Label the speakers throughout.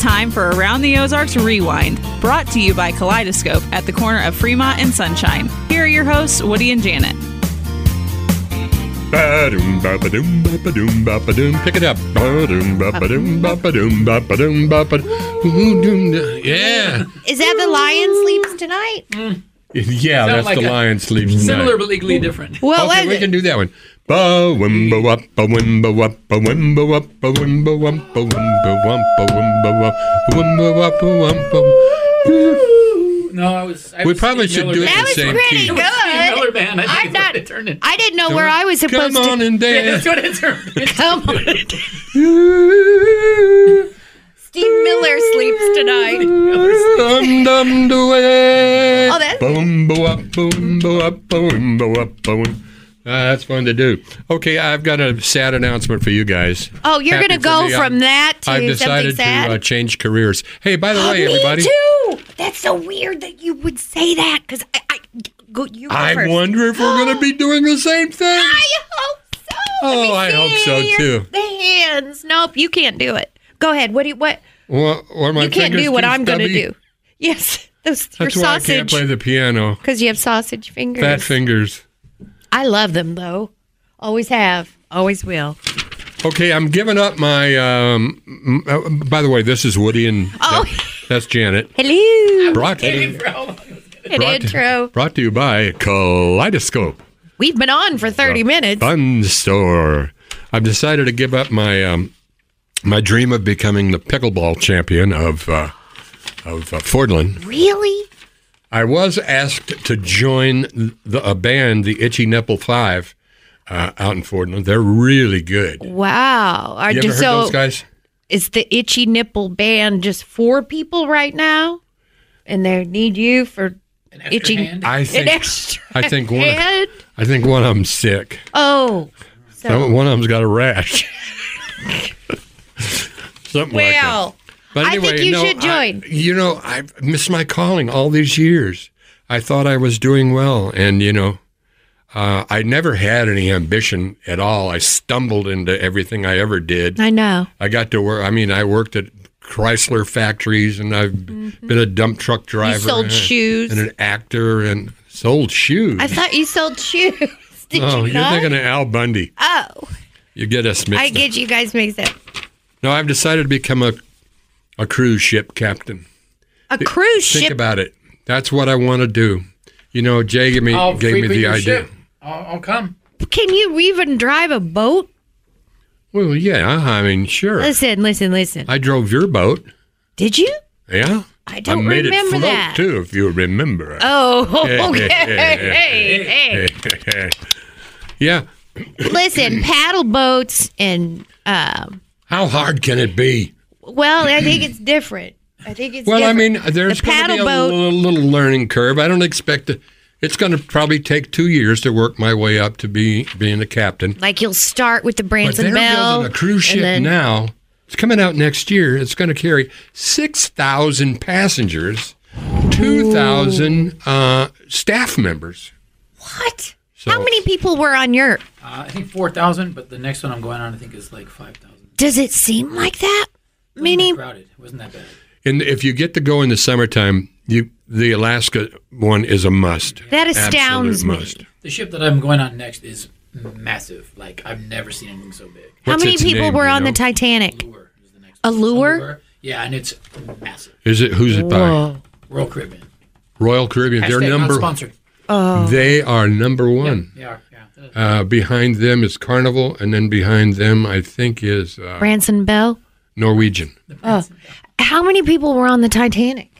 Speaker 1: time for Around the Ozarks Rewind, brought to you by Kaleidoscope at the corner of Fremont and Sunshine. Here are your hosts, Woody and Janet.
Speaker 2: Ba-doom, ba-ba-doom, ba-ba-doom, ba-ba-doom. Pick it up. Ba-doom, ba-ba-doom, ba-ba-doom, ba-ba-doom, ba-ba-doom. Yeah.
Speaker 3: Is that the lion sleeps tonight?
Speaker 2: Mm. Yeah, that's
Speaker 4: like
Speaker 2: the
Speaker 4: a
Speaker 2: lion sleeps tonight.
Speaker 4: Similar but legally different.
Speaker 3: Well,
Speaker 2: Okay, we
Speaker 3: let-
Speaker 2: can do that one. Ba wimba wap ba wimba wap ba wimba wap ba wimba wap ba wimba wap ba wimba wap wimba wap ba wimba
Speaker 4: No, I was. I
Speaker 2: We
Speaker 4: was
Speaker 2: probably
Speaker 4: Steve
Speaker 2: should
Speaker 4: Miller
Speaker 2: do it the
Speaker 3: that
Speaker 4: Band.
Speaker 3: was
Speaker 2: same
Speaker 3: pretty
Speaker 2: key.
Speaker 4: It
Speaker 3: good.
Speaker 4: was Steve Miller Band. I think
Speaker 3: I'm
Speaker 4: is what
Speaker 3: not.
Speaker 4: they turned it.
Speaker 3: I didn't know where I was supposed
Speaker 2: Come on
Speaker 3: to
Speaker 2: and
Speaker 4: Yeah, that's
Speaker 2: dance.
Speaker 4: what it turned. It.
Speaker 3: come. on. Steve Miller sleeps tonight.
Speaker 2: Dum dum do it.
Speaker 3: Oh, that's-
Speaker 2: Boom boom up, boom boom up, boom boom up, boom. Ah, that's fun to do. Okay, I've got a sad announcement for you guys.
Speaker 3: Oh, you're
Speaker 2: Happy
Speaker 3: gonna
Speaker 2: for
Speaker 3: go
Speaker 2: me. I-
Speaker 3: from that to
Speaker 2: I've
Speaker 3: something
Speaker 2: decided
Speaker 3: sad.
Speaker 2: to uh, change careers. Hey, by the
Speaker 3: Oh,
Speaker 2: way,
Speaker 3: me
Speaker 2: everybody,
Speaker 3: too. That's so weird that you would say that because I, I go you go
Speaker 2: I
Speaker 3: first.
Speaker 2: wonder if we're going to be doing the same thing.
Speaker 3: I hope so. Let
Speaker 2: Oh,
Speaker 3: me
Speaker 2: I hope so,
Speaker 3: see.
Speaker 2: too.
Speaker 3: The hands. Nope, you can't do it. Go ahead. What do you what?
Speaker 2: Well, or my
Speaker 3: you can't
Speaker 2: fingers
Speaker 3: do what
Speaker 2: too
Speaker 3: I'm gonna
Speaker 2: stubby?
Speaker 3: do. Yes, those your
Speaker 2: That's why I can't
Speaker 3: sausage
Speaker 2: play the piano.
Speaker 3: because you have sausage fingers.
Speaker 2: Fat fingers.
Speaker 3: I love them though. Always have. Always will.
Speaker 2: Okay, I'm giving up my. Um, m- uh, by the way, this is Woody and
Speaker 3: Oh.
Speaker 2: that- that's Janet.
Speaker 3: Hello.
Speaker 2: Brought to you.
Speaker 4: For how long it was gonna-
Speaker 3: An
Speaker 2: brought-
Speaker 3: intro.
Speaker 2: Brought to you by Kaleidoscope
Speaker 3: We've been on for 30 minutes.
Speaker 2: Fun Store. I've decided to give up my um, my dream of becoming the pickleball champion of uh, of uh, Fordland.
Speaker 3: Really?
Speaker 2: I was asked to join the, a band, the Itchy Nipple Five, uh, out in Fordland. They're really good.
Speaker 3: Wow. Are
Speaker 2: You ever
Speaker 3: just-
Speaker 2: heard
Speaker 3: so
Speaker 2: those guys?
Speaker 3: is the itchy nipple band just four people right now? And they need you for
Speaker 4: extra
Speaker 3: itchy
Speaker 4: hand?
Speaker 2: I
Speaker 3: an
Speaker 2: think
Speaker 3: extra
Speaker 2: I think one. Of,
Speaker 3: hand?
Speaker 2: I think one of them's sick.
Speaker 3: Oh. So
Speaker 2: One of them's got a rash. Something like that.
Speaker 3: well.
Speaker 2: But
Speaker 3: I think you should
Speaker 2: I-
Speaker 3: join.
Speaker 2: you know, I've missed my calling all these years. I thought I was doing well, and you know, uh, I never had any ambition at all. I stumbled into everything I ever did.
Speaker 3: I know.
Speaker 2: I got to work. I mean, I worked at Chrysler factories, and I've been a dump truck driver.
Speaker 3: Mm-hmm. sold
Speaker 2: and a-
Speaker 3: shoes.
Speaker 2: and an actor, and sold shoes.
Speaker 3: I thought you sold shoes. Did
Speaker 2: oh,
Speaker 3: you
Speaker 2: are
Speaker 3: not?
Speaker 2: thinking of Al Bundy.
Speaker 3: oh.
Speaker 2: You get us mixed
Speaker 3: I
Speaker 2: up.
Speaker 3: get you guys mixed up.
Speaker 2: No, I've decided to become a a cruise ship captain.
Speaker 3: A cruise
Speaker 2: Think
Speaker 3: ship.
Speaker 2: about it. That's what I want to do. You know, Jay gave me
Speaker 4: I'll
Speaker 2: gave me
Speaker 4: frequent
Speaker 2: the
Speaker 4: your
Speaker 2: idea.
Speaker 4: ship. I'll, I'll come.
Speaker 3: Can you even drive a boat?
Speaker 2: Well, yeah, uh-huh, I mean, sure.
Speaker 3: Listen, listen, listen.
Speaker 2: I drove your boat.
Speaker 3: Did you?
Speaker 2: Yeah,
Speaker 3: I don't
Speaker 2: made it
Speaker 3: remember
Speaker 2: float
Speaker 3: that.
Speaker 2: too, if you remember.
Speaker 3: Oh,
Speaker 2: Hey,
Speaker 3: okay.
Speaker 2: hey,
Speaker 3: Hey, hey.
Speaker 2: yeah.
Speaker 3: Listen, paddle boats and um,
Speaker 2: How hard can it be?
Speaker 3: well, I think it's different. I think it's
Speaker 2: Well, I
Speaker 3: different.
Speaker 2: mean, there's
Speaker 3: the
Speaker 2: going to
Speaker 3: paddle
Speaker 2: be a
Speaker 3: boat.
Speaker 2: little, little learning curve. I don't expect to. It's going to probably take two years to work my way up to be being a captain.
Speaker 3: like you'll start with the
Speaker 2: But
Speaker 3: Branson
Speaker 2: they're
Speaker 3: Bell.
Speaker 2: building a cruise
Speaker 3: and
Speaker 2: ship
Speaker 3: then-
Speaker 2: now. It's coming out next year. It's going to carry six thousand passengers, two thousand uh, staff members.
Speaker 3: What?
Speaker 2: So-
Speaker 3: How many people were on your?
Speaker 4: Uh, I think four thousand, but the next one I'm going on, I think is like five thousand.
Speaker 3: Does it seem like that?
Speaker 2: Oh
Speaker 3: Many.
Speaker 4: Crowded. It wasn't that bad.
Speaker 2: And if you get to go in the summertime, you the Alaska one is a must.
Speaker 3: That astounds
Speaker 2: Absolute
Speaker 3: me.
Speaker 2: must.
Speaker 4: The ship that I'm going on next is massive. Like I've never seen anything so big.
Speaker 3: How
Speaker 2: What's
Speaker 3: many
Speaker 2: its
Speaker 3: people
Speaker 2: name,
Speaker 3: were
Speaker 2: you
Speaker 3: on
Speaker 2: know?
Speaker 3: the Titanic?
Speaker 4: Allure is the next.
Speaker 3: A
Speaker 4: one.
Speaker 3: lure?
Speaker 4: Yeah, and it's massive.
Speaker 2: Is it who's it by?
Speaker 3: Whoa.
Speaker 4: Royal Caribbean.
Speaker 2: Royal Caribbean. They're
Speaker 4: Hashtag not
Speaker 2: number.
Speaker 4: sponsored. Oh.
Speaker 2: They are number one.
Speaker 4: They are. Yeah.
Speaker 2: Uh, behind them is Carnival, and then behind them, I think, is uh,
Speaker 3: Branson Bell.
Speaker 2: Norwegian.
Speaker 3: How many people were on the Titanic?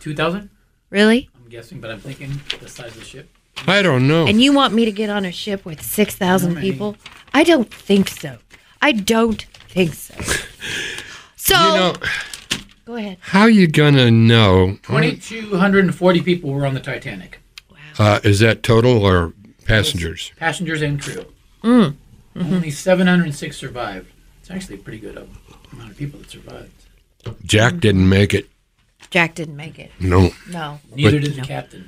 Speaker 4: Two thousand.
Speaker 3: Really?
Speaker 4: I'm guessing, but I'm thinking the size of the ship.
Speaker 2: I don't know.
Speaker 3: And you want me to get on a ship with 6,000 people? I don't think so. I don't think so. So,
Speaker 2: you know
Speaker 3: go ahead.
Speaker 2: how you gonna know?
Speaker 4: Twenty-two hundred and forty people were on the Titanic,
Speaker 2: Uh, is that total or passengers?
Speaker 4: passengers and crew.
Speaker 3: Mm.
Speaker 4: Mm-hmm. Only seven hundred and six survived. It's actually a pretty good um, amount of people that survived.
Speaker 3: Mm-hmm.
Speaker 2: Jack didn't make it.
Speaker 3: Jack didn't make it.
Speaker 2: No.
Speaker 3: No.
Speaker 4: Neither did the captain.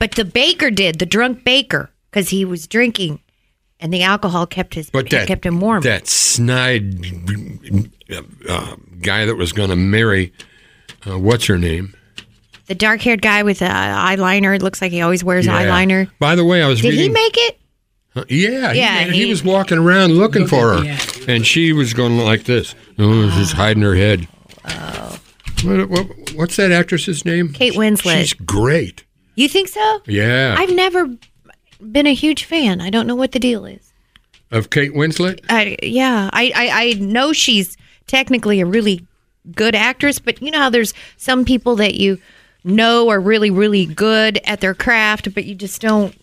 Speaker 3: But the baker did, the drunk baker, because he was drinking and the alcohol kept his
Speaker 2: But that
Speaker 3: kept him warm.
Speaker 2: That snide uh, guy that was going to marry, uh, what's her name?
Speaker 3: the dark-haired guy with uh, eyeliner. It looks like he always wears
Speaker 2: Yeah.
Speaker 3: eyeliner.
Speaker 2: By the way, I was
Speaker 3: Did
Speaker 2: reading.
Speaker 3: he make it?
Speaker 2: Uh, yeah,
Speaker 3: Yeah,
Speaker 2: yeah. He,
Speaker 3: he-
Speaker 2: was walking around looking for her,
Speaker 4: yeah,
Speaker 2: and she was going like this. Oh, she's hiding her head. What, what, what's that actress's name?
Speaker 3: Oh. Kate Winslet.
Speaker 2: She's great.
Speaker 3: You think so?
Speaker 2: Yeah,
Speaker 3: I've never been a huge fan. I don't know what the deal is.
Speaker 2: of Kate Winslet.
Speaker 3: I, yeah, I, I, I know she's technically a really good actress, but you know how there's some people that you know are really, really good at their craft, but you just don't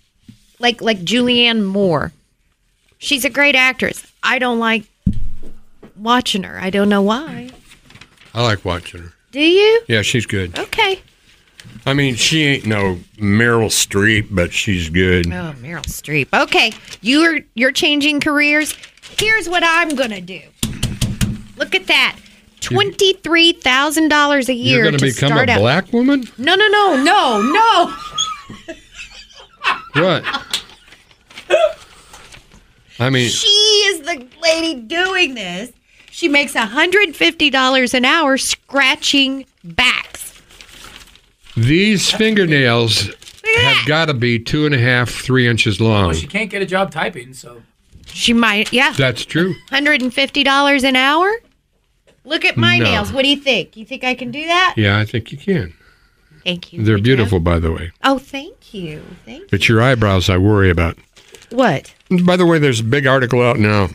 Speaker 3: like like Julianne Moore. She's a great actress. I don't like watching her. I don't know why.
Speaker 2: I like watching her.
Speaker 3: Do you?
Speaker 2: Yeah, she's good.
Speaker 3: Okay.
Speaker 2: I mean, she ain't no Meryl Streep, but she's good.
Speaker 3: Oh, Meryl Streep. Okay, you're you're changing careers. Here's what I'm gonna do. Look at that, twenty three thousand dollars a year
Speaker 2: You're going
Speaker 3: to
Speaker 2: to become
Speaker 3: start
Speaker 2: a
Speaker 3: out.
Speaker 2: black woman?
Speaker 3: No, no, no, no, no.
Speaker 2: What? I mean,
Speaker 3: She is the lady doing this. She makes hundred fifty dollars an hour scratching backs.
Speaker 2: these fingernails have got to be two and a half, three inches long.
Speaker 4: She can't get a job typing, so
Speaker 3: She might, yeah,
Speaker 2: That's true.
Speaker 3: hundred and fifty dollars an hour. Look at my
Speaker 2: No.
Speaker 3: nails. What do you think? You think I can do that?
Speaker 2: Yeah, I think you can.
Speaker 3: Thank you.
Speaker 2: They're
Speaker 3: Pedro.
Speaker 2: beautiful, by the way.
Speaker 3: Oh, thank you. Thank you.
Speaker 2: It's your eyebrows I worry about.
Speaker 3: What?
Speaker 2: By the way, there's a big article out now.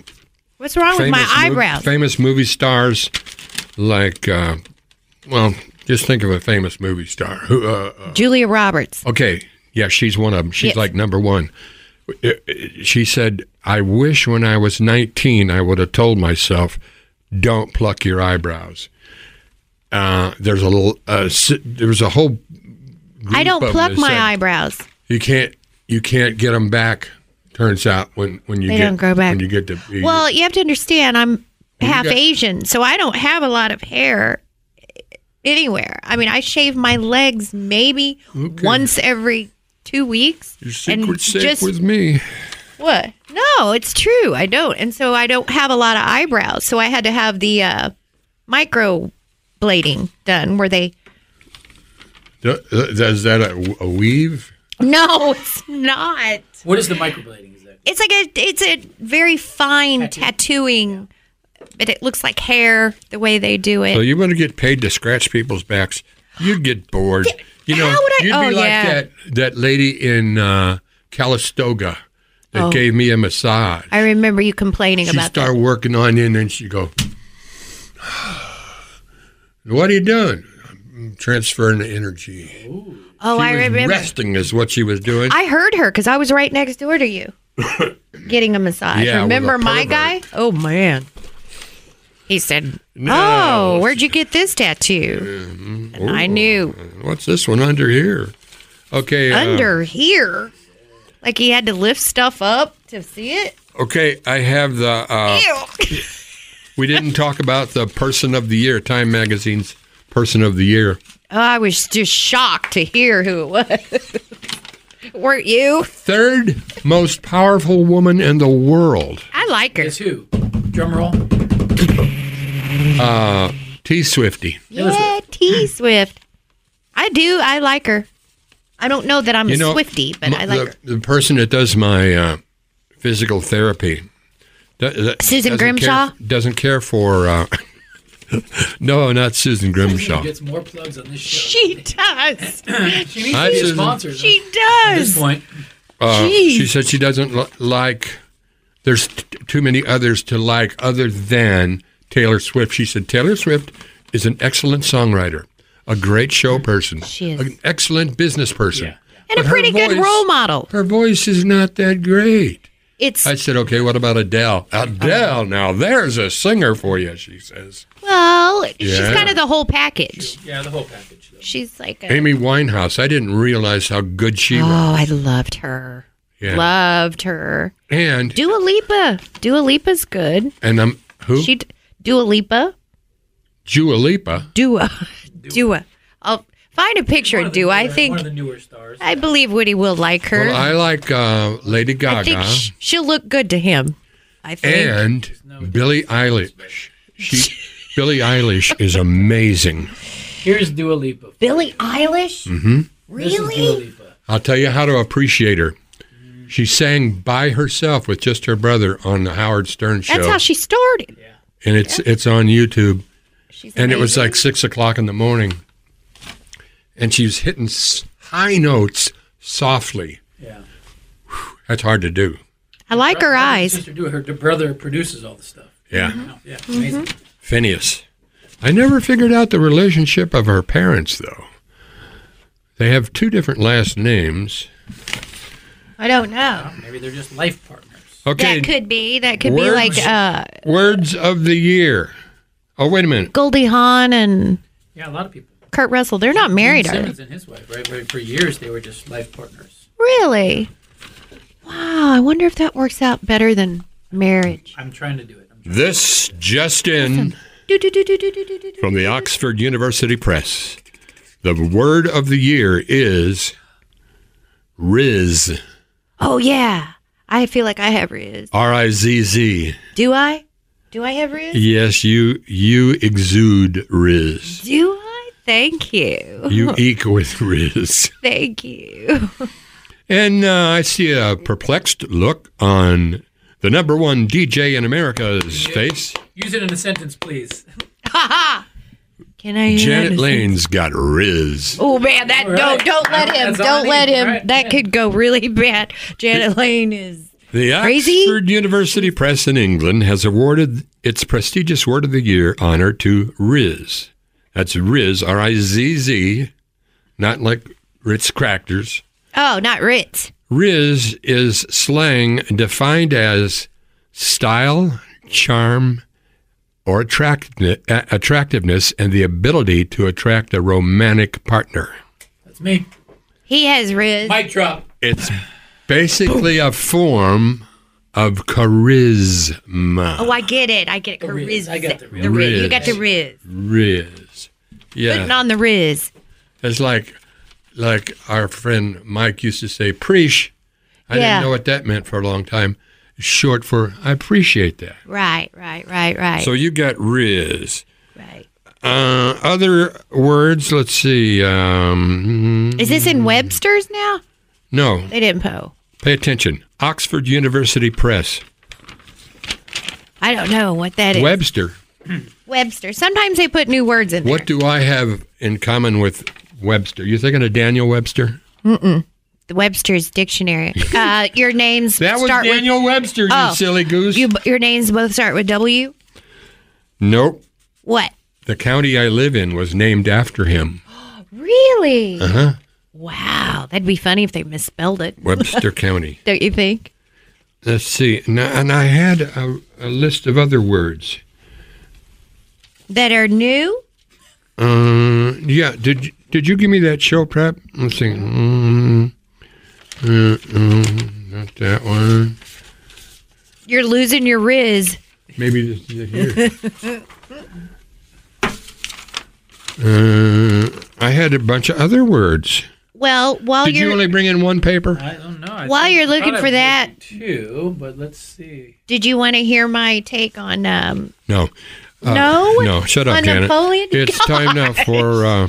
Speaker 3: What's wrong with Oh, my
Speaker 2: mov-
Speaker 3: eyebrows?
Speaker 2: famous movie stars, like, uh, well, just think of a famous movie star. Who, uh,
Speaker 3: Julia Roberts.
Speaker 2: Okay. Yeah, she's one of them. She's
Speaker 3: Yes.
Speaker 2: like number one. Uh, uh, She said, I wish when I was 19, I would have told myself, don't pluck your eyebrows. Uh, there's a little, uh, s- there was a whole,
Speaker 3: I don't
Speaker 2: of them
Speaker 3: pluck
Speaker 2: that
Speaker 3: my
Speaker 2: said-
Speaker 3: eyebrows.
Speaker 2: you can't, you can't get them back. Turns out when, when you
Speaker 3: They
Speaker 2: get,
Speaker 3: don't grow back.
Speaker 2: when you get to, be-
Speaker 3: Well, you have to understand, I'm half
Speaker 2: got-
Speaker 3: Asian, so I don't have a lot of hair anywhere. I mean, I shave my legs maybe once every two weeks.
Speaker 2: your secret's safe with me.
Speaker 3: what? No, it's true. I don't, and so I don't have a lot of eyebrows. So I had to have the uh, microblading done, where they.
Speaker 2: Th- th- Is that a, a weave?
Speaker 3: No, it's not.
Speaker 4: what is the microblading? Is that
Speaker 3: It's like a it's a very fine tattooing, but it looks like hair the way they do it.
Speaker 2: So you want to get paid to scratch people's backs? You'd get bored. You know,
Speaker 3: How would I-
Speaker 2: you'd
Speaker 3: oh,
Speaker 2: be like
Speaker 3: yeah.
Speaker 2: that that lady in uh, Calistoga that gave me a massage.
Speaker 3: I remember you complaining
Speaker 2: she
Speaker 3: Oh. about
Speaker 2: started working on you, and then she go, "What are you doing?" I'm transferring the energy.
Speaker 3: that. Oh, I
Speaker 2: she was
Speaker 3: remember.
Speaker 2: resting is what she was doing.
Speaker 3: I heard her because I was right next door to you, getting a massage.
Speaker 2: Yeah, with a
Speaker 3: remember my
Speaker 2: pervert.
Speaker 3: guy? Oh man, he said,
Speaker 2: No. Mm-hmm.
Speaker 3: "Oh, where'd you get this tattoo?" And I knew
Speaker 2: What's this one under here? Okay, uh,
Speaker 3: under here, like he had to lift stuff up to see it.
Speaker 2: okay. I have the. Uh,
Speaker 3: Ew.
Speaker 2: we didn't talk about the person of the year. Time Magazine's person of the year.
Speaker 3: Oh, I was just shocked to hear who it was. Weren't you?
Speaker 2: third most powerful woman in the world,
Speaker 3: I like her.
Speaker 4: is who? Drum roll.
Speaker 2: T Swifty.
Speaker 3: Yeah, T Swift. I do. I like her. I don't know that I'm
Speaker 2: You
Speaker 3: a
Speaker 2: know,
Speaker 3: Swifty, but
Speaker 2: m-
Speaker 3: I like
Speaker 2: the,
Speaker 3: her.
Speaker 2: the person that does my uh, physical therapy. do- that
Speaker 3: Susan
Speaker 2: doesn't care-
Speaker 3: Grimshaw?
Speaker 2: doesn't care for. Uh, no, not Susan
Speaker 4: She
Speaker 2: Grimshaw.
Speaker 4: gets more plugs on this show.
Speaker 3: She does.
Speaker 4: She needs
Speaker 2: Hi,
Speaker 4: to be a
Speaker 2: Susan.
Speaker 4: sponsor. though,
Speaker 3: She
Speaker 4: At this
Speaker 3: does.
Speaker 4: point,
Speaker 2: Uh,
Speaker 3: Jeez.
Speaker 2: she said she doesn't li- like. There's t- too many others to like other than Taylor Swift. She said Taylor Swift is an excellent songwriter, a great show person,
Speaker 3: She is.
Speaker 2: an excellent business person.
Speaker 4: Yeah.
Speaker 3: And a
Speaker 2: But her
Speaker 3: pretty good
Speaker 2: voice-
Speaker 3: role model.
Speaker 2: her voice is not that great.
Speaker 3: It's
Speaker 2: I said, okay, what about Adele? Adele, now there's a singer for you, she says.
Speaker 3: well, she's
Speaker 2: Yeah.
Speaker 3: kind of the whole package.
Speaker 4: yeah, the whole package. Though.
Speaker 3: She's like a,
Speaker 2: Amy Winehouse, I didn't realize how good she
Speaker 3: Oh,
Speaker 2: was.
Speaker 3: I loved her.
Speaker 2: Yeah.
Speaker 3: Loved her.
Speaker 2: And,
Speaker 3: Dua Lipa. Dua Lipa's good.
Speaker 2: and um, who?
Speaker 3: She d- Dua Lipa.
Speaker 2: Dua Lipa.
Speaker 3: Dua. Dua. Oh, Find a picture
Speaker 4: One
Speaker 3: and
Speaker 4: of the
Speaker 3: do. I
Speaker 4: newer-
Speaker 3: think
Speaker 4: one of the newer stars.
Speaker 3: I believe Woody will like her.
Speaker 2: Well, I like uh, Lady
Speaker 3: I
Speaker 2: Gaga
Speaker 3: think sh- she'll look good to him. I think.
Speaker 2: and
Speaker 4: no-
Speaker 2: Billie Eilish. She, Billie Eilish is amazing.
Speaker 4: Here's Dua Lipa.
Speaker 3: Billie Eilish?
Speaker 2: Mm,
Speaker 4: This is Dua
Speaker 3: Really?
Speaker 4: Lipa.
Speaker 2: I'll tell you how to appreciate her. She sang by herself with just her brother on the Howard Stern show,
Speaker 3: That's how she started.
Speaker 2: and it's it's on YouTube.
Speaker 3: She's
Speaker 2: and it was
Speaker 3: amazing.
Speaker 2: like six o'clock in the morning, and she was hitting s- high notes softly.
Speaker 4: Yeah.
Speaker 2: That's hard to do.
Speaker 3: I like her
Speaker 4: Brother-
Speaker 3: eyes.
Speaker 4: Sister Dua, her brother produces all the stuff.
Speaker 2: Yeah,
Speaker 3: Mm-hmm.
Speaker 4: Yeah, amazing.
Speaker 2: Phineas. I never figured out the relationship of her parents though. They have two different last names.
Speaker 3: I don't know.
Speaker 4: Oh, Maybe they're just life partners.
Speaker 2: Okay,
Speaker 3: That could be. That could be
Speaker 2: Words-
Speaker 3: like uh,
Speaker 2: words of the year. Oh wait a minute.
Speaker 3: Goldie Hawn and
Speaker 4: Yeah, a lot of people.
Speaker 3: Kurt Russell. They're not married, are they?
Speaker 4: Simmons and his wife, right? Where For years they were just life partners.
Speaker 3: Really? Wow. I wonder if that works out better than marriage.
Speaker 4: I'm trying to do it. I'm trying.
Speaker 2: This just in
Speaker 3: Do, do, do, do, do, do, do, do.
Speaker 2: from the Oxford University Press. The word of the year is Riz.
Speaker 3: Oh yeah. I feel like I have Riz.
Speaker 2: R I Z Z.
Speaker 3: Do I? Do I have Riz?
Speaker 2: Yes, you you exude Riz.
Speaker 3: Do I? Thank you.
Speaker 2: You eke with Riz.
Speaker 3: Thank you.
Speaker 2: And uh, I see a perplexed look on the number one DJ in America's face.
Speaker 4: Use it in a sentence, please.
Speaker 3: Can I?
Speaker 2: Janet Lane's got Riz.
Speaker 3: Oh man, that
Speaker 4: All
Speaker 3: don't
Speaker 4: right.
Speaker 3: don't let him.
Speaker 4: That's all I
Speaker 3: Don't let
Speaker 4: need.
Speaker 3: him.
Speaker 4: All right.
Speaker 3: That could go really bad. Janet Lane is
Speaker 2: The
Speaker 3: Crazy?
Speaker 2: Oxford University Press in England has awarded its prestigious Word of the Year honor to Riz. That's Riz, R I Z Z, not like Ritz crackers.
Speaker 3: Oh, not Ritz.
Speaker 2: Riz is slang defined as style, charm, or attract- a- attractiveness and the ability to attract a romantic partner.
Speaker 4: That's me.
Speaker 3: He has Riz.
Speaker 4: Mic drop.
Speaker 2: It's basically a form of charisma.
Speaker 3: Oh, I get it. I get it. Riz.
Speaker 4: Riz. I got the Riz.
Speaker 3: The Riz. You
Speaker 2: Riz.
Speaker 3: got the Riz.
Speaker 2: Riz.
Speaker 3: Putting
Speaker 2: Yeah.
Speaker 3: on the Riz.
Speaker 2: It's like like our friend Mike used to say, preach. I
Speaker 3: Yeah.
Speaker 2: didn't know what that meant for a long time. Short for I appreciate that.
Speaker 3: Right, right, right, right.
Speaker 2: So you got Riz.
Speaker 3: right.
Speaker 2: Uh, other words, let's see. Um,
Speaker 3: Is this in Webster's now?
Speaker 2: no,
Speaker 3: They didn't po.
Speaker 2: pay attention. Oxford University Press.
Speaker 3: I don't know what that is.
Speaker 2: Webster.
Speaker 3: Webster. Sometimes they put new words in there.
Speaker 2: What do I have in common with Webster? You're thinking of Daniel Webster?
Speaker 3: The Webster's dictionary. Uh, your names
Speaker 2: That was
Speaker 3: start
Speaker 2: Daniel Webster, you
Speaker 3: Oh,
Speaker 2: silly goose.
Speaker 3: with you. Your names both start with W.
Speaker 2: nope.
Speaker 3: What?
Speaker 2: The county I live in was named after him.
Speaker 3: Really? Uh
Speaker 2: Uh-huh.
Speaker 3: huh. Wow, that'd be funny if they misspelled it.
Speaker 2: Webster County.
Speaker 3: Don't you think?
Speaker 2: Let's see. Now, and I had a, a list of other words.
Speaker 3: That are new.
Speaker 2: Uh, yeah. Did did you give me that show prep? Let's see. Mm, uh, mm, not that one.
Speaker 3: You're losing your Riz.
Speaker 2: Maybe this is it here. uh, I had a bunch of other words.
Speaker 3: Well, while
Speaker 2: Did
Speaker 3: you're
Speaker 2: you only bring in one paper?
Speaker 4: I don't know. I
Speaker 3: While
Speaker 4: think-
Speaker 3: you're
Speaker 4: I
Speaker 3: looking
Speaker 4: thought
Speaker 3: for
Speaker 4: I
Speaker 3: that-
Speaker 4: made two, but let's see.
Speaker 3: Did you want to hear my take on um
Speaker 2: No. Uh,
Speaker 3: no?
Speaker 2: No. Shut up,
Speaker 3: on
Speaker 2: Janet.
Speaker 3: Napoleon?
Speaker 2: It's time now for. Uh,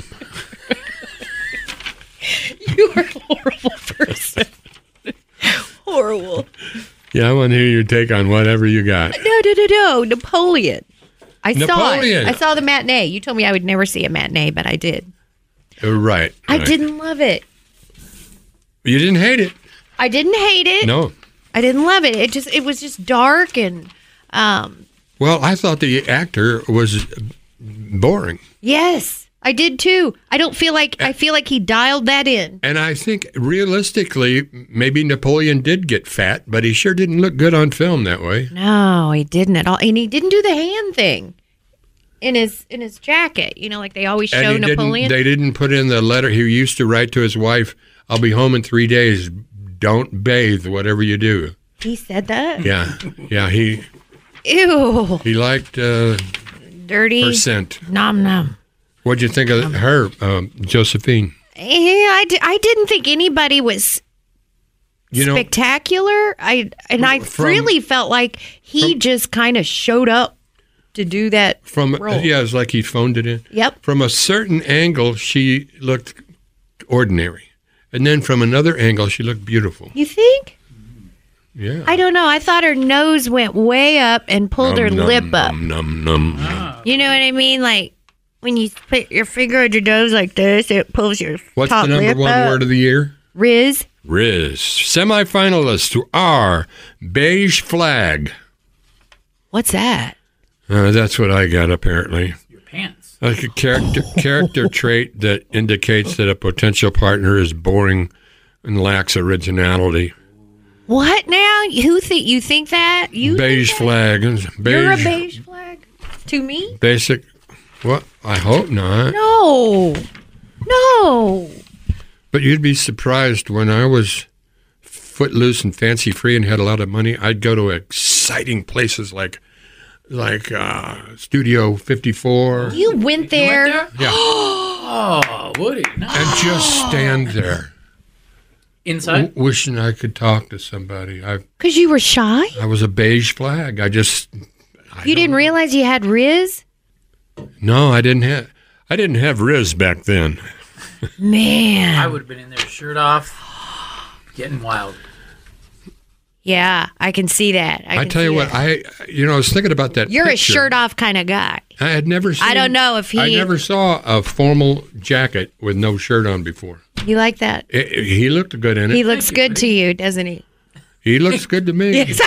Speaker 3: you are a horrible person. horrible.
Speaker 2: yeah, I want to hear your take on whatever you got.
Speaker 3: No, no, no, no. Napoleon. I
Speaker 2: Napoleon.
Speaker 3: saw it. I saw the matinee. You told me I would never see a matinee, but I did.
Speaker 2: Uh, Right.
Speaker 3: I
Speaker 2: right.
Speaker 3: didn't love it.
Speaker 2: You didn't hate it.
Speaker 3: I didn't hate it.
Speaker 2: No.
Speaker 3: I didn't love it. It just it was just dark and um
Speaker 2: Well, I thought the actor was boring.
Speaker 3: yes, I did too. I don't feel like I feel like he dialed that in.
Speaker 2: And I think realistically, maybe Napoleon did get fat, but he sure didn't look good on film that way.
Speaker 3: No, he didn't at all, and he didn't do the hand thing in his in his jacket. You know, like they always
Speaker 2: And
Speaker 3: show
Speaker 2: he
Speaker 3: Napoleon.
Speaker 2: didn't. They didn't put in the letter he used to write to his wife. I'll be home in three days. Don't bathe, whatever you do.
Speaker 3: he said that.
Speaker 2: Yeah, yeah. He
Speaker 3: Ew,
Speaker 2: he liked uh,
Speaker 3: dirty
Speaker 2: percent.
Speaker 3: nom nom.
Speaker 2: What'd you think of her, um, Josephine?
Speaker 3: Yeah, I, d- I didn't think anybody was
Speaker 2: You know,
Speaker 3: spectacular. I and I
Speaker 2: From-
Speaker 3: really felt like he just kind of showed up to do that
Speaker 2: from
Speaker 3: role.
Speaker 2: yeah, it's like he phoned it in.
Speaker 3: Yep.
Speaker 2: From a certain angle, she looked ordinary, and then from another angle, she looked beautiful.
Speaker 3: You think?
Speaker 2: Yeah.
Speaker 3: I don't know. I thought her nose went way up and pulled her
Speaker 2: Num,
Speaker 3: lip up.
Speaker 2: num, num, num, num.
Speaker 3: You know what I mean? Like when you put your finger on your nose like this, it pulls your
Speaker 2: What's
Speaker 3: top
Speaker 2: the number
Speaker 3: lip
Speaker 2: one
Speaker 3: up.
Speaker 2: word of the year?
Speaker 3: Riz.
Speaker 2: Riz. Semifinalists are Beige Flag.
Speaker 3: What's that?
Speaker 2: Uh, that's what I got apparently.
Speaker 4: Your pants.
Speaker 2: Like a character character trait that indicates that a potential partner is boring and lacks originality.
Speaker 3: What now? Who think you think that? You
Speaker 2: Beige
Speaker 3: think
Speaker 2: flag. Beige.
Speaker 3: that? You're a beige flag to me?
Speaker 2: Basic. What? I hope not.
Speaker 3: No. No.
Speaker 2: But you'd be surprised when I was footloose and fancy free and had a lot of money. I'd go to exciting places like like uh, Studio 54
Speaker 3: You went there.
Speaker 4: You went there?
Speaker 2: Yeah.
Speaker 4: oh, Woody. No.
Speaker 2: and just stand there
Speaker 4: Inside?
Speaker 2: wishing I could talk to somebody. I
Speaker 3: Because you were shy?
Speaker 2: I was a beige flag. I just
Speaker 3: you didn't realize you had Riz?
Speaker 2: no, I didn't have I didn't have Riz back then.
Speaker 4: I
Speaker 3: Man.
Speaker 4: would have been in there, shirt off, getting wild.
Speaker 3: Yeah, I can see that. I,
Speaker 2: I,
Speaker 3: can
Speaker 2: tell you
Speaker 3: see
Speaker 2: what,
Speaker 3: that.
Speaker 2: I you know, I was thinking about that.
Speaker 3: You're
Speaker 2: picture.
Speaker 3: a shirt off kind of guy.
Speaker 2: I had never seen
Speaker 3: I don't know if
Speaker 2: I
Speaker 3: he-
Speaker 2: never saw a formal jacket with no shirt on before.
Speaker 3: You like that?
Speaker 2: I- I- he looked good in it.
Speaker 3: He
Speaker 2: He,
Speaker 3: looks good to you, doesn't he?
Speaker 2: looks good to me.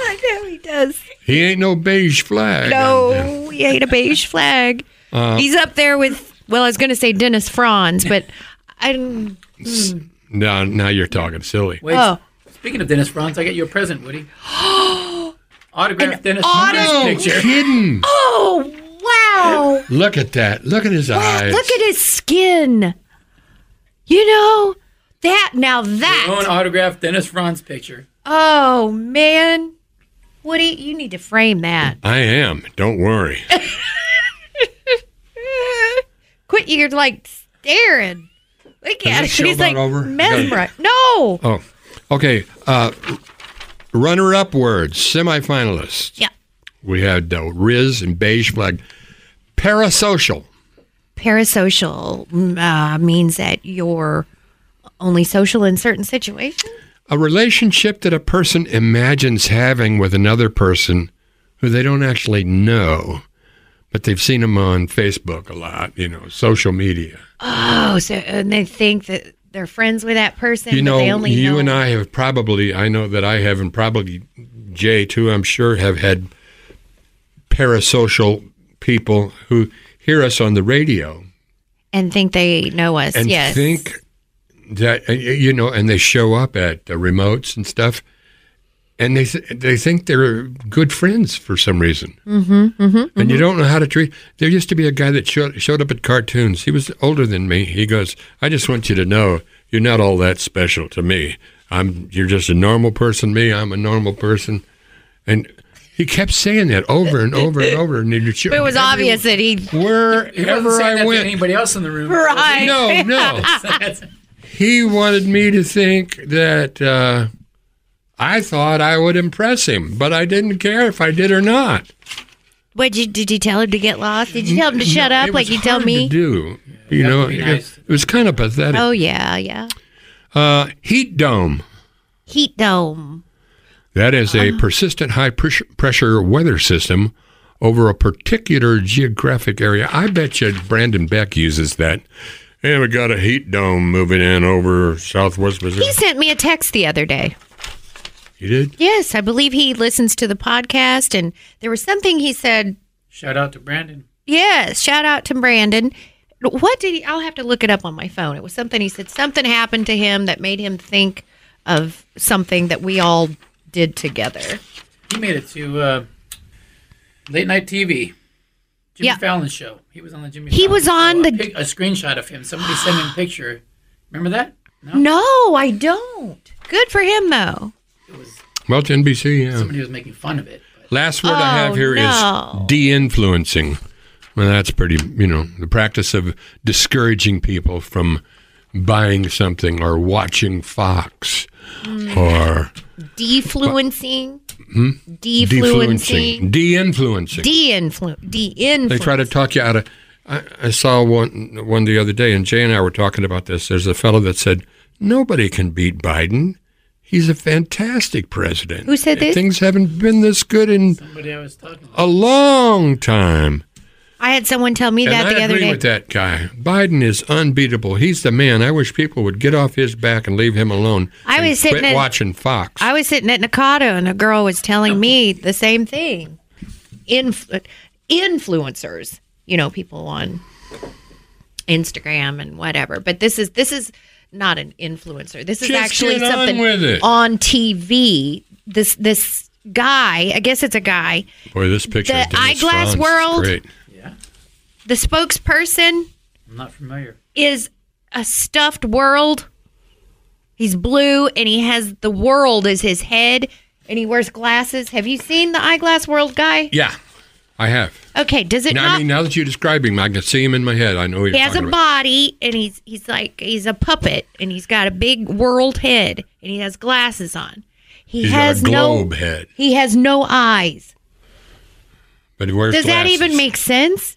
Speaker 3: I know he does.
Speaker 2: He ain't no beige flag.
Speaker 3: No, he ain't a beige flag.
Speaker 2: Uh,
Speaker 3: He's up there with, well, I was going to say Dennis Franz, but I didn't.
Speaker 2: No, now you're talking silly.
Speaker 4: Wait.
Speaker 3: Oh.
Speaker 4: Speaking of Dennis Franz, I got you a present, Woody. Autographed Dennis
Speaker 2: No
Speaker 4: Franz picture.
Speaker 2: kidding.
Speaker 3: Oh, wow.
Speaker 2: Look at that. Look at his eyes.
Speaker 3: Look at his skin. You know, that, now
Speaker 4: Your own
Speaker 3: that.
Speaker 4: autographed Dennis Franz picture.
Speaker 3: Oh, man. Woody, you need to frame that.
Speaker 2: I am. Don't worry.
Speaker 3: Quit, you're like staring. Look at
Speaker 2: this show
Speaker 3: him. He's like
Speaker 2: about over?
Speaker 3: mesmerized. No.
Speaker 2: Oh, okay. Uh, runner up words, semifinalists.
Speaker 3: Yeah.
Speaker 2: We had uh, Riz and Beige Flag. Parasocial.
Speaker 3: Parasocial mm, uh, means that you're only social in certain situations.
Speaker 2: A relationship that a person imagines having with another person who they don't actually know, but they've seen them on Facebook a lot, you know, social media.
Speaker 3: Oh, so and they think that they're friends with that person.
Speaker 2: you
Speaker 3: but
Speaker 2: know,
Speaker 3: they only
Speaker 2: you
Speaker 3: know.
Speaker 2: and I have probably, I know that I have, and probably Jay too, I'm sure, have had parasocial people who hear us on the radio
Speaker 3: and think they know us.
Speaker 2: and
Speaker 3: yes.
Speaker 2: think that uh, you know, and they show up at the remotes and stuff, and they th- they think they're good friends for some reason. Mm-hmm, mm-hmm, and you don't know how to treat. There used to be a guy that showed, showed up at cartoons. He was older than me. He goes, "I just want you to know, you're not all that special to me. I'm you're just a normal person. Me, I'm a normal person." And he kept saying that over and over and over. And it
Speaker 3: It was obvious that he.
Speaker 4: He wasn't
Speaker 2: wherever
Speaker 4: saying that
Speaker 2: I
Speaker 4: to
Speaker 2: went.
Speaker 4: anybody else in the room.
Speaker 3: Right.
Speaker 2: No, no.
Speaker 4: That's-
Speaker 2: he wanted me to think that uh, I thought I would impress him, but I didn't care if I did or not.
Speaker 3: What did you, did you tell him to get lost? Did you tell him to shut
Speaker 2: No,
Speaker 3: up
Speaker 2: it
Speaker 3: like
Speaker 2: was
Speaker 3: you tell
Speaker 2: hard to
Speaker 3: me?
Speaker 2: do. You
Speaker 4: that
Speaker 2: know,
Speaker 4: would be
Speaker 2: it-
Speaker 4: nice.
Speaker 2: it was kind of pathetic.
Speaker 3: Oh yeah, yeah.
Speaker 2: Uh, heat dome.
Speaker 3: Heat dome.
Speaker 2: That is a
Speaker 3: Uh-huh.
Speaker 2: persistent high pressure, pressure weather system over a particular geographic area. I bet you Brandon Beck uses that. And we got a heat dome moving in over southwest Missouri.
Speaker 3: He sent me a text the other day.
Speaker 2: he did?
Speaker 3: Yes, I believe he listens to the podcast, and there was something he said
Speaker 4: Shout out to Brandon.
Speaker 3: Yes, shout out to Brandon. What did he? I'll have to look it up on my phone. It was something he said. Something happened to him that made him think of something that we all did together.
Speaker 4: He made it to uh, late night TV. Jimmy
Speaker 3: Yeah.
Speaker 4: Fallon's show. He was on the Jimmy.
Speaker 3: He
Speaker 4: Fallon
Speaker 3: was on
Speaker 4: show. A
Speaker 3: the-
Speaker 4: pic- a screenshot of him. Somebody sent him a picture. Remember that? No.
Speaker 3: No, I don't. Good for him though.
Speaker 4: It was
Speaker 2: Well, it's NBC, yeah.
Speaker 4: somebody was making fun of it. But
Speaker 2: Last word I
Speaker 3: Oh,
Speaker 2: have here is
Speaker 3: no.
Speaker 2: de-influencing, Well, that's pretty, you know, the practice of discouraging people from buying something or watching Fox
Speaker 3: Mm.
Speaker 2: or
Speaker 3: Defluencing. Defluencing.
Speaker 2: defluencing, de-influencing.
Speaker 3: De-influ- De-influence.
Speaker 2: they try to talk you out of. I, I saw one one the other day, and Jay and I were talking about this. There's a fellow that said nobody can beat Biden. He's a fantastic president.
Speaker 3: Who said this?
Speaker 2: Things haven't been this good in
Speaker 4: Somebody I was talking about.
Speaker 2: a long time.
Speaker 3: I had someone tell me that
Speaker 2: and
Speaker 3: the
Speaker 2: I
Speaker 3: other
Speaker 2: agree
Speaker 3: day.
Speaker 2: with that guy. Biden is unbeatable. He's the man. I wish people would get off his back and leave him alone.
Speaker 3: I
Speaker 2: and
Speaker 3: was sitting
Speaker 2: quit
Speaker 3: at-
Speaker 2: watching Fox.
Speaker 3: I was sitting at Nakata and a girl was telling me the same thing. Influ- influencers, you know, people on Instagram and whatever. But this is this is not an influencer. This is
Speaker 2: Just
Speaker 3: actually
Speaker 2: get on
Speaker 3: something
Speaker 2: with it.
Speaker 3: on TV. This this guy, I guess it's a guy,
Speaker 2: Boy, this picture.
Speaker 3: The
Speaker 2: of Dennis
Speaker 3: eyeglass
Speaker 2: Franz is
Speaker 3: world.
Speaker 2: Great.
Speaker 4: Yeah,
Speaker 3: the spokesperson
Speaker 4: I'm not familiar.
Speaker 3: is a stuffed world. He's blue and he has the world as his head and he wears glasses. Have you seen the eyeglass world guy?
Speaker 2: Yeah, I have.
Speaker 3: Okay, does it
Speaker 2: Now,
Speaker 3: not?
Speaker 2: I mean, now that you describe him, I can see him in my head. I know what you're
Speaker 3: he has a
Speaker 2: talking about.
Speaker 3: body and he's he's like he's a puppet and he's got a big world head and he has glasses on. He
Speaker 2: He's got a
Speaker 3: has
Speaker 2: globe
Speaker 3: no
Speaker 2: head.
Speaker 3: He has no eyes.
Speaker 2: But he wears
Speaker 3: Does that
Speaker 2: glasses.
Speaker 3: even make sense?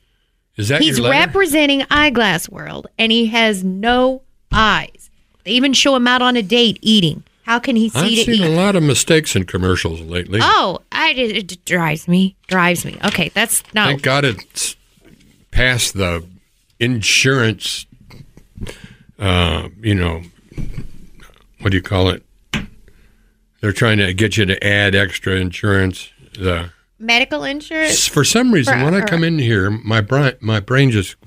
Speaker 2: Is that
Speaker 3: He's
Speaker 2: your letter?
Speaker 3: representing Eyeglass World and he has no eyes. They even show him out on a date eating. How can he see
Speaker 2: I've
Speaker 3: to
Speaker 2: seen
Speaker 3: eat?
Speaker 2: a lot of mistakes in commercials lately.
Speaker 3: Oh, I did, it drives me, drives me. Okay, that's not.
Speaker 2: Thank God it's passed the insurance, uh, you know, what do you call it? They're trying to get you to add extra insurance. The,
Speaker 3: medical insurance.
Speaker 2: for some reason, when I come in here, my brain, my brain just.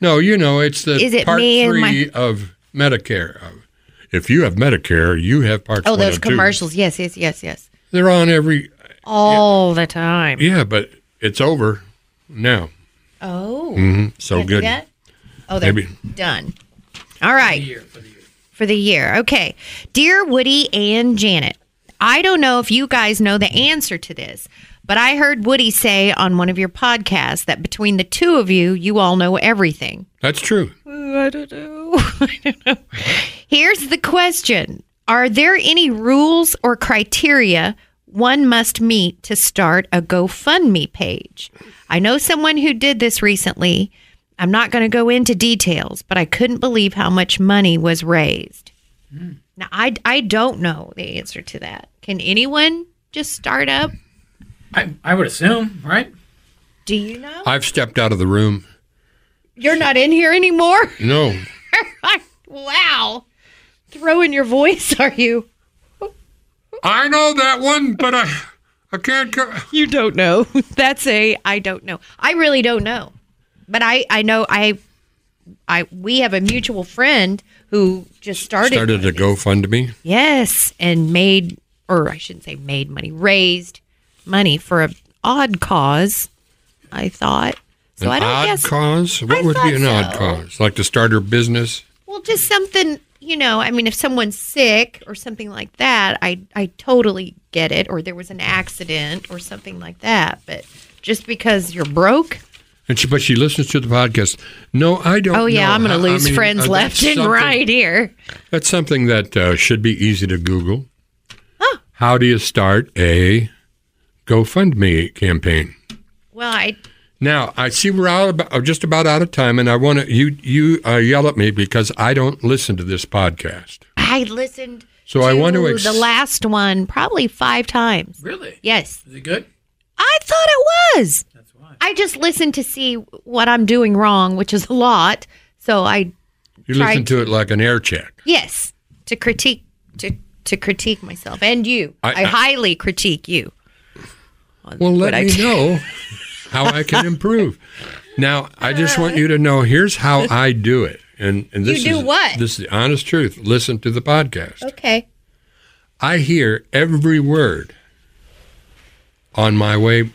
Speaker 2: No, you know, it's the
Speaker 3: Is it
Speaker 2: part
Speaker 3: me and my-
Speaker 2: three of Medicare. If you have Medicare, you have part.
Speaker 3: Oh, those commercials. Yes, yes, yes, yes.
Speaker 2: They're on every.
Speaker 3: All the time.
Speaker 2: Yeah, but it's over now.
Speaker 3: Oh,
Speaker 2: Mhm, So
Speaker 3: Did I do
Speaker 2: good.
Speaker 3: that? Oh, they're
Speaker 2: Maybe.
Speaker 3: done. All
Speaker 4: The
Speaker 3: right.
Speaker 4: year for the year.
Speaker 3: for the year. Okay. Dear Woody and Janet, I don't know if you guys know the answer to this, but I heard Woody say on one of your podcasts that between the two of you, you all know everything.
Speaker 2: That's true.
Speaker 3: Ooh, I don't know. I don't know. Here's the question Are there any rules or criteria one must meet to start a GoFundMe page? I know someone who did this recently. I'm not going to go into details, but I couldn't believe how much money was raised. Now, I, I don't know the answer to that. Can anyone just start up?
Speaker 4: I, I would assume, right?
Speaker 3: Do you know?
Speaker 2: I've stepped out of the room.
Speaker 3: You're not in here anymore?
Speaker 2: No,
Speaker 3: wow. Throwing your voice, are you?
Speaker 2: I know that one, but I, I can't. Co-
Speaker 3: you don't know. That's a I don't know. I really don't know. But I I know I I we have a mutual friend who just started,
Speaker 2: started a GoFundMe.
Speaker 3: yes and made or I shouldn't say made money raised money for a odd cause. I thought so.
Speaker 2: An
Speaker 3: I don't
Speaker 2: odd
Speaker 3: guess.
Speaker 2: cause. What
Speaker 3: I
Speaker 2: would
Speaker 3: thought
Speaker 2: be an odd
Speaker 3: so.
Speaker 2: cause? Like to start her business.
Speaker 3: Well, just something, you know, I mean, if someone's sick or something like that, I, I totally get it. Or there was an accident or something like that. But just because you're broke,
Speaker 2: And she, but she listens to the podcast. No, I don't.
Speaker 3: oh, yeah,
Speaker 2: know.
Speaker 3: I'm going
Speaker 2: I- I
Speaker 3: to lose
Speaker 2: mean, uh,
Speaker 3: friends
Speaker 2: that's
Speaker 3: left and
Speaker 2: something-
Speaker 3: right here.
Speaker 2: That's something that uh, should be easy to Google. How do you start a GoFundMe campaign?
Speaker 3: Well, I,
Speaker 2: Now I see we're out about, uh, just about out of time, and I want to you you uh, yell at me because I don't listen to this podcast.
Speaker 3: I listened
Speaker 2: So I want to ex-
Speaker 3: the last one probably five times.
Speaker 4: Really?
Speaker 3: Yes.
Speaker 4: Is it good?
Speaker 3: I thought it was.
Speaker 4: That's why.
Speaker 3: I just listened to see what I'm doing wrong, which is a lot. So I
Speaker 2: You
Speaker 3: Try-
Speaker 2: listen to it like an air check.
Speaker 3: Yes, to critique to to critique myself and you.
Speaker 2: I-
Speaker 3: I,
Speaker 2: I-
Speaker 3: highly critique you.
Speaker 2: Well, let
Speaker 3: what I
Speaker 2: me
Speaker 3: do.
Speaker 2: know how I can improve. Now, I just want you to know here's how I do it. And, and this
Speaker 3: do
Speaker 2: is,
Speaker 3: what?
Speaker 2: This is the honest truth. Listen to the podcast.
Speaker 3: Okay.
Speaker 2: I hear every word on my way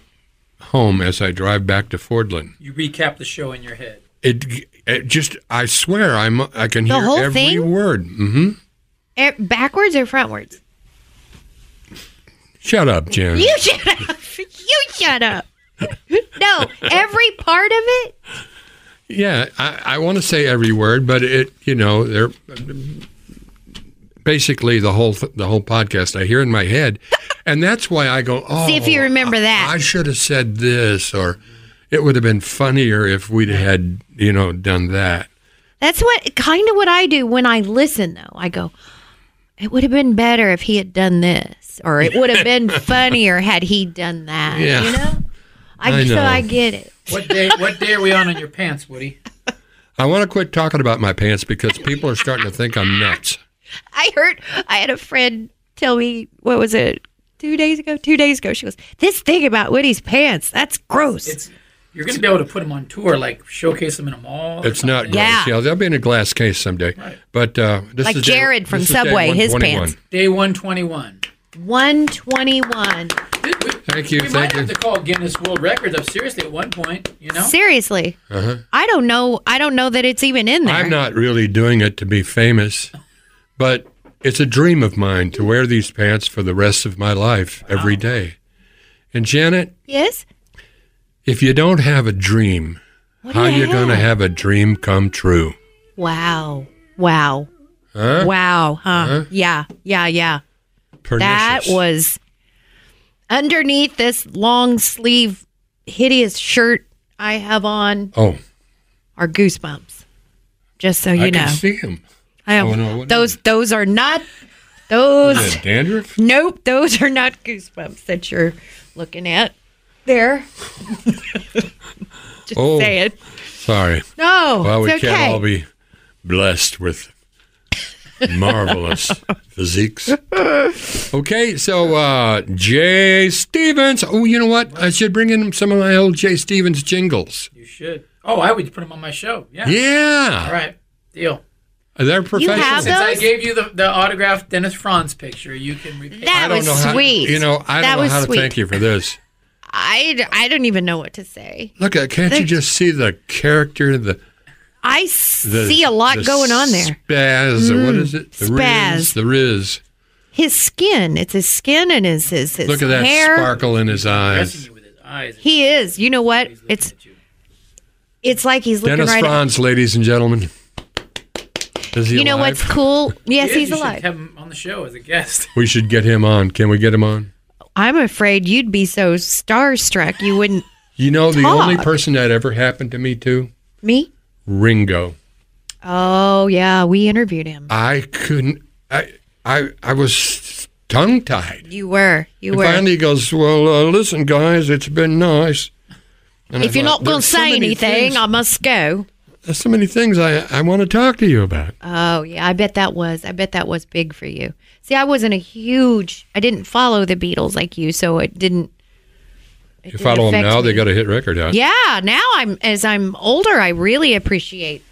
Speaker 2: home as I drive back to Fordland.
Speaker 4: You recap the show in your head.
Speaker 2: It, it just, I swear, I'm, I can
Speaker 3: The
Speaker 2: hear
Speaker 3: whole
Speaker 2: every
Speaker 3: thing?
Speaker 2: word. hmm
Speaker 3: Eh, backwards or frontwards?
Speaker 2: Shut up, Jen.
Speaker 3: You shut up. you shut up. No, every part of it.
Speaker 2: Yeah, I, I want to say every word, but it you know they're basically the whole th- the whole podcast I hear in my head, and that's why I go oh.
Speaker 3: See if you remember that.
Speaker 2: I should have said this, or it would have been funnier if we'd had you know done that.
Speaker 3: That's what kind of what I do when I listen though. I go, it would have been better if he had done this, or it would have been funnier had he done that.
Speaker 2: Yeah.
Speaker 3: You know? I,
Speaker 2: I
Speaker 3: so
Speaker 2: know.
Speaker 3: I get it.
Speaker 4: What day? What day are we on on your pants, Woody?
Speaker 2: I want to quit talking about my pants because people are starting to think I'm nuts.
Speaker 3: I heard I had a friend tell me what was it two days ago? Two days ago, she goes, "This thing about Woody's pants, that's gross."
Speaker 4: It's you're going to be able to put them on tour, like showcase them in a mall. or
Speaker 2: It's not gross.
Speaker 4: something.
Speaker 3: Yeah.
Speaker 2: Yeah. they'll be in a glass case someday. But uh, this
Speaker 3: Like
Speaker 2: is day-
Speaker 3: Jared from
Speaker 2: this is day
Speaker 3: Subway, his
Speaker 2: 121.
Speaker 3: pants.
Speaker 4: Day one twenty one.
Speaker 3: One twenty-one.
Speaker 2: Thank you,
Speaker 4: We
Speaker 2: thank
Speaker 4: might
Speaker 2: you.
Speaker 4: have to call Guinness World Records up seriously at one point. You know.
Speaker 3: Seriously,
Speaker 2: Uh-huh.
Speaker 3: I don't know. I don't know that it's even in there.
Speaker 2: I'm not really doing it to be famous, but it's a dream of mine to wear these pants for the rest of my life every day. And Janet,
Speaker 3: Yes.
Speaker 2: if you don't have a dream,
Speaker 3: What do
Speaker 2: how
Speaker 3: you
Speaker 2: you going to
Speaker 3: have?
Speaker 2: have a dream come true?
Speaker 3: Wow. Wow.
Speaker 2: Huh?
Speaker 3: Wow. Huh. Yeah. Yeah. Yeah. That
Speaker 2: Pernicious.
Speaker 3: was underneath this long sleeve hideous shirt I have on
Speaker 2: Oh,
Speaker 3: are goosebumps. Just so you
Speaker 2: I
Speaker 3: know.
Speaker 2: can see him.
Speaker 3: I have,
Speaker 2: Oh, no, what
Speaker 3: those those are not those
Speaker 2: Is it dandruff?
Speaker 3: nope, those are not goosebumps that you're looking at there. Just
Speaker 2: Oh.
Speaker 3: saying.
Speaker 2: Sorry.
Speaker 3: No,
Speaker 2: Well, we
Speaker 3: it's okay.
Speaker 2: can't all be blessed with marvelous physiques. Okay, so uh, Jay Stevens. Oh, you know what? I should bring in some of my old Jay Stevens jingles.
Speaker 4: You should. Oh, I would put them on my show. Yeah. All
Speaker 2: Yeah,
Speaker 4: right. Deal.
Speaker 2: they're professional.
Speaker 3: have
Speaker 4: Since I
Speaker 3: Those-
Speaker 4: gave you the, the autographed Dennis Franz picture, you can repay.
Speaker 3: that
Speaker 2: I don't
Speaker 3: was
Speaker 2: know how,
Speaker 3: sweet.
Speaker 2: You know, I
Speaker 3: that
Speaker 2: don't know
Speaker 3: was
Speaker 2: how to
Speaker 3: sweet.
Speaker 2: thank you for this.
Speaker 3: I, I don't even know what to say.
Speaker 2: Look, at can't you just see the character, the,
Speaker 3: I
Speaker 2: the
Speaker 3: see a lot
Speaker 2: the
Speaker 3: going on there. Mm.
Speaker 2: Spaz, or what is it? The
Speaker 3: spaz.
Speaker 2: Riz, the Riz.
Speaker 3: His skin, it's his skin and his his, his
Speaker 2: Look at that
Speaker 3: hair.
Speaker 2: sparkle in his
Speaker 4: Pressing
Speaker 2: eyes.
Speaker 4: you with his eyes.
Speaker 3: He is. You know what? It's
Speaker 4: at you.
Speaker 3: it's like he's looking
Speaker 2: Dennis
Speaker 3: right at
Speaker 2: Franz, ladies and gentlemen. Is he
Speaker 3: You know
Speaker 2: alive?
Speaker 3: what's cool? Yes,
Speaker 4: Dude,
Speaker 3: he's
Speaker 4: you should
Speaker 3: alive.
Speaker 4: Have him on the show as a guest.
Speaker 2: We should get him on. Can we get him on?
Speaker 3: I'm afraid you'd be so starstruck you wouldn't
Speaker 2: You know, the
Speaker 3: Talk.
Speaker 2: only person that ever happened to me too,
Speaker 3: me.
Speaker 2: Ringo.
Speaker 3: Oh yeah, we interviewed him.
Speaker 2: I couldn't. I I I was tongue tied.
Speaker 3: You were. You
Speaker 2: And
Speaker 3: were.
Speaker 2: finally, he goes, "Well, uh, listen, guys, it's been nice." And I
Speaker 3: if you're
Speaker 2: thought,
Speaker 3: not going
Speaker 2: "There's
Speaker 3: to
Speaker 2: so
Speaker 3: say
Speaker 2: many
Speaker 3: anything,
Speaker 2: things-
Speaker 3: I must go.
Speaker 2: there's so many things I I want to talk to you about.
Speaker 3: Oh yeah, I bet that was. I bet that was big for you. See, I wasn't a huge. I didn't follow the Beatles like you, so it didn't.
Speaker 2: You
Speaker 3: it didn't
Speaker 2: follow them
Speaker 3: affect
Speaker 2: now;
Speaker 3: me.
Speaker 2: they got a hit record out.
Speaker 3: Yeah, now I'm as I'm older, I really appreciate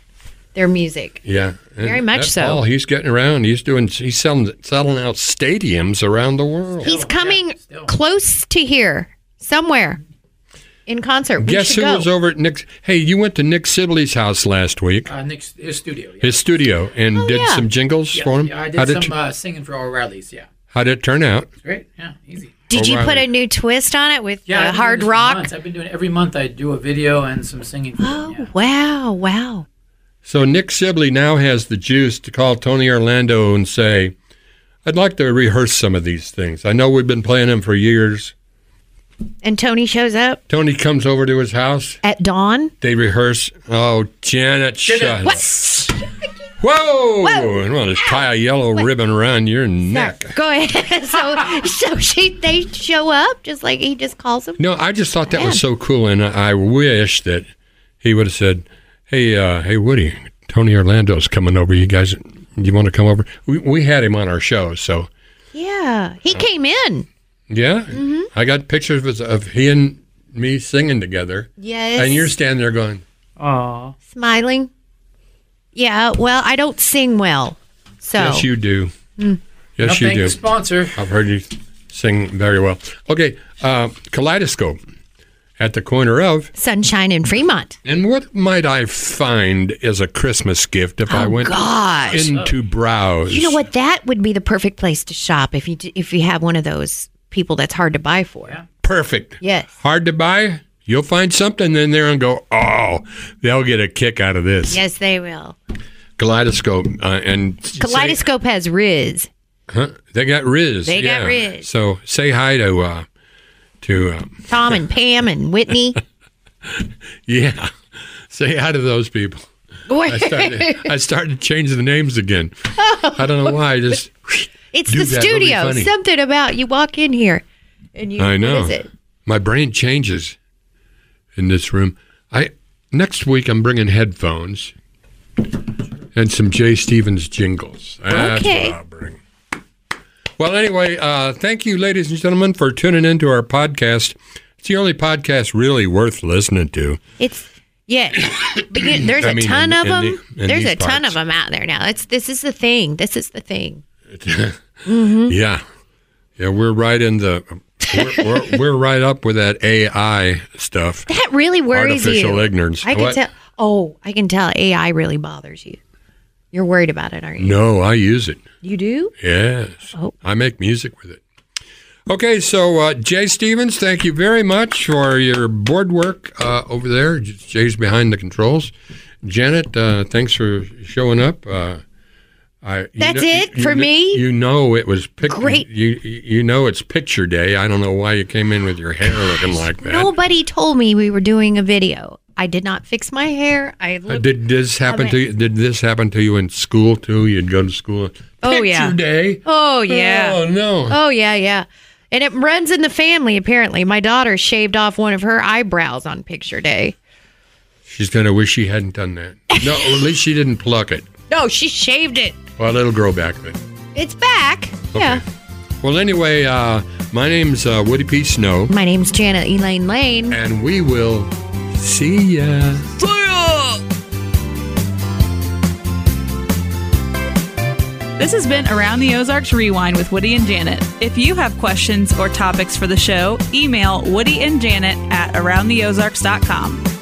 Speaker 3: their music.
Speaker 2: Yeah, And
Speaker 3: Very much
Speaker 2: that
Speaker 3: so.
Speaker 2: Paul, he's getting around. He's doing. He's selling selling out stadiums around the world.
Speaker 3: He's coming
Speaker 4: still.
Speaker 3: close to here somewhere in concert. We
Speaker 2: Guess
Speaker 3: should
Speaker 2: who
Speaker 3: go.
Speaker 2: was over at Nick's? Hey, you went to Nick Sibley's house last week.
Speaker 4: Uh, Nick's his studio. Yeah.
Speaker 2: his studio and did
Speaker 3: yeah.
Speaker 2: some jingles
Speaker 4: Yeah,
Speaker 2: for him.
Speaker 4: yeah, I
Speaker 2: how
Speaker 4: did
Speaker 2: did it-
Speaker 4: some uh, singing for O'Reilly's. Yeah,
Speaker 2: how did it turn out?
Speaker 4: it's great. Yeah, easy.
Speaker 3: Did you put
Speaker 2: O'Reilly.
Speaker 3: a new twist on it with
Speaker 4: Yeah, I've
Speaker 3: uh,
Speaker 4: been doing
Speaker 3: hard
Speaker 4: this for
Speaker 3: rock?
Speaker 4: months. I've been doing it every month. I do a video and some singing. For them,
Speaker 3: Oh
Speaker 4: yeah.
Speaker 3: wow, wow.
Speaker 2: So Nick Sibley now has the juice to call Tony Orlando and say, "I'd like to rehearse some of these things. I know we've been playing them for years."
Speaker 3: And Tony shows up
Speaker 2: Tony comes over to his house.
Speaker 3: at dawn.
Speaker 2: They rehearse. Oh, Janet, shut up.
Speaker 3: What?
Speaker 2: Whoa! And want to tie a yellow ribbon around your neck.
Speaker 3: Go ahead. so, so she they show up just like he just calls them.
Speaker 2: No, I just thought that was so cool, and I wish that he would have said, "Hey, uh, hey, Woody, Tony Orlando's coming over. You guys, you want to come over?" We, we had him on our show, so
Speaker 3: Yeah,
Speaker 2: Uh,
Speaker 3: he came in.
Speaker 2: yeah,
Speaker 3: Mm-hmm.
Speaker 2: I got pictures of, of he and me singing together,
Speaker 3: Yes,
Speaker 2: and you're standing there going,
Speaker 3: smiling. Yeah. Well, I don't sing well, so
Speaker 2: "Yes, you do.
Speaker 3: Mm.
Speaker 4: Now,
Speaker 2: Yes, you
Speaker 4: thank
Speaker 2: do."
Speaker 4: the sponsor.
Speaker 2: I've heard you sing very well. Okay, uh, kaleidoscope at the corner of,
Speaker 3: sunshine in Fremont.
Speaker 2: and what might I find as a Christmas gift if I
Speaker 3: Oh
Speaker 2: went?
Speaker 3: gosh.
Speaker 2: Into browse.
Speaker 3: You know what? That would be the perfect place to shop if you d- if you have one of those people that's hard to buy for.
Speaker 2: Perfect.
Speaker 3: Yes.
Speaker 2: Hard to buy? You'll find something in there and go, oh, they'll get a kick out of this.
Speaker 3: Yes, they will.
Speaker 2: Kaleidoscope uh, and say-
Speaker 3: Kaleidoscope has Riz.
Speaker 2: Huh? They got Riz.
Speaker 3: They
Speaker 2: yeah.
Speaker 3: got Riz.
Speaker 2: So say hi to uh, to uh,
Speaker 3: Tom and Pam and Whitney.
Speaker 2: yeah. Say hi to those people. I started I started changing the names again. I don't know why. I just
Speaker 3: It's
Speaker 2: do
Speaker 3: the
Speaker 2: that, it'll be
Speaker 3: studio.
Speaker 2: funny.
Speaker 3: Something about you walk in here and you.
Speaker 2: I know.
Speaker 3: What is it?
Speaker 2: My brain changes in this room. I next week I'm bringing headphones and some Jay Stevens jingles. That's
Speaker 3: Okay.
Speaker 2: what I'll bring. Well, anyway, uh, thank you, ladies and gentlemen, for tuning into our podcast. It's the only podcast really worth listening to.
Speaker 3: It's yeah. But you, there's
Speaker 2: I
Speaker 3: a
Speaker 2: mean,
Speaker 3: ton
Speaker 2: in-
Speaker 3: of
Speaker 2: in
Speaker 3: them.
Speaker 2: the- in
Speaker 3: there's
Speaker 2: these
Speaker 3: a ton
Speaker 2: parts.
Speaker 3: of them out there now. It's this is the thing. This is the thing. Mm-hmm.
Speaker 2: Yeah, yeah, we're right in the we're, we're, we're right up with that AI stuff,
Speaker 3: That really worries
Speaker 2: artificial
Speaker 3: you.
Speaker 2: ignorance.
Speaker 3: I can
Speaker 2: What?
Speaker 3: tell. Oh, I can tell. AI really bothers you. You're worried about it, aren't you?
Speaker 2: No, I use it.
Speaker 3: You do.
Speaker 2: Yes.
Speaker 3: Oh.
Speaker 2: I make music with it. Okay, so uh, Jay Stevens, thank you very much for your board work uh, over there. J- Jay's behind the controls. Janet, uh, thanks for showing up. Uh, I, you
Speaker 3: That's
Speaker 2: kno-
Speaker 3: it
Speaker 2: you
Speaker 3: for
Speaker 2: kno-
Speaker 3: me?
Speaker 2: You know it was pic-
Speaker 3: Great.
Speaker 2: You you know it's picture day. I don't know why you came in with your hair looking like that.
Speaker 3: Nobody told me we were doing a video. I did not fix my hair. I
Speaker 2: Uh,
Speaker 3: looked.
Speaker 2: Did this happen to you? Did this happen to you in school too? You'd go to school.
Speaker 3: Oh,
Speaker 2: picture
Speaker 3: yeah.
Speaker 2: day.
Speaker 3: Oh yeah.
Speaker 2: Oh no.
Speaker 3: Oh yeah, yeah. And it runs in the family apparently. My daughter shaved off one of her eyebrows on picture day.
Speaker 2: She's gonna wish she hadn't done that. No, at least she didn't pluck it.
Speaker 3: No, she shaved it.
Speaker 2: Well, it'll grow back then.
Speaker 3: It's back. Yeah.
Speaker 2: Well, anyway, uh, my name's uh, Woody P. Snow,
Speaker 3: My name's Janet Elaine Lane.
Speaker 2: and we will see ya.
Speaker 1: This has been Around the Ozarks Rewind with Woody and Janet. If you have questions or topics for the show, email Woody and Janet at aroundtheozarks.com.